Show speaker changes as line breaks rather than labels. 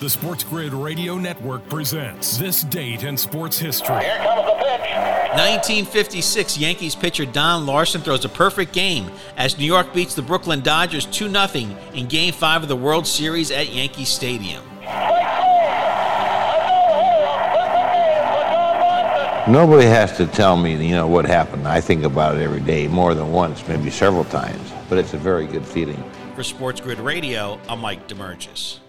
The Sports Grid Radio Network presents this date in sports history.
Here comes the pitch.
1956 Yankees pitcher Don Larson throws a perfect game as New York beats the Brooklyn Dodgers 2 0 in Game 5 of the World Series at Yankee Stadium.
Strike three. A no-hitter. A perfect game for John Boston.
Nobody has to tell me, you know, what happened. I think about it every day, more than once, maybe several times. But it's a very good feeling.
For Sports Grid Radio, I'm Mike Demergis.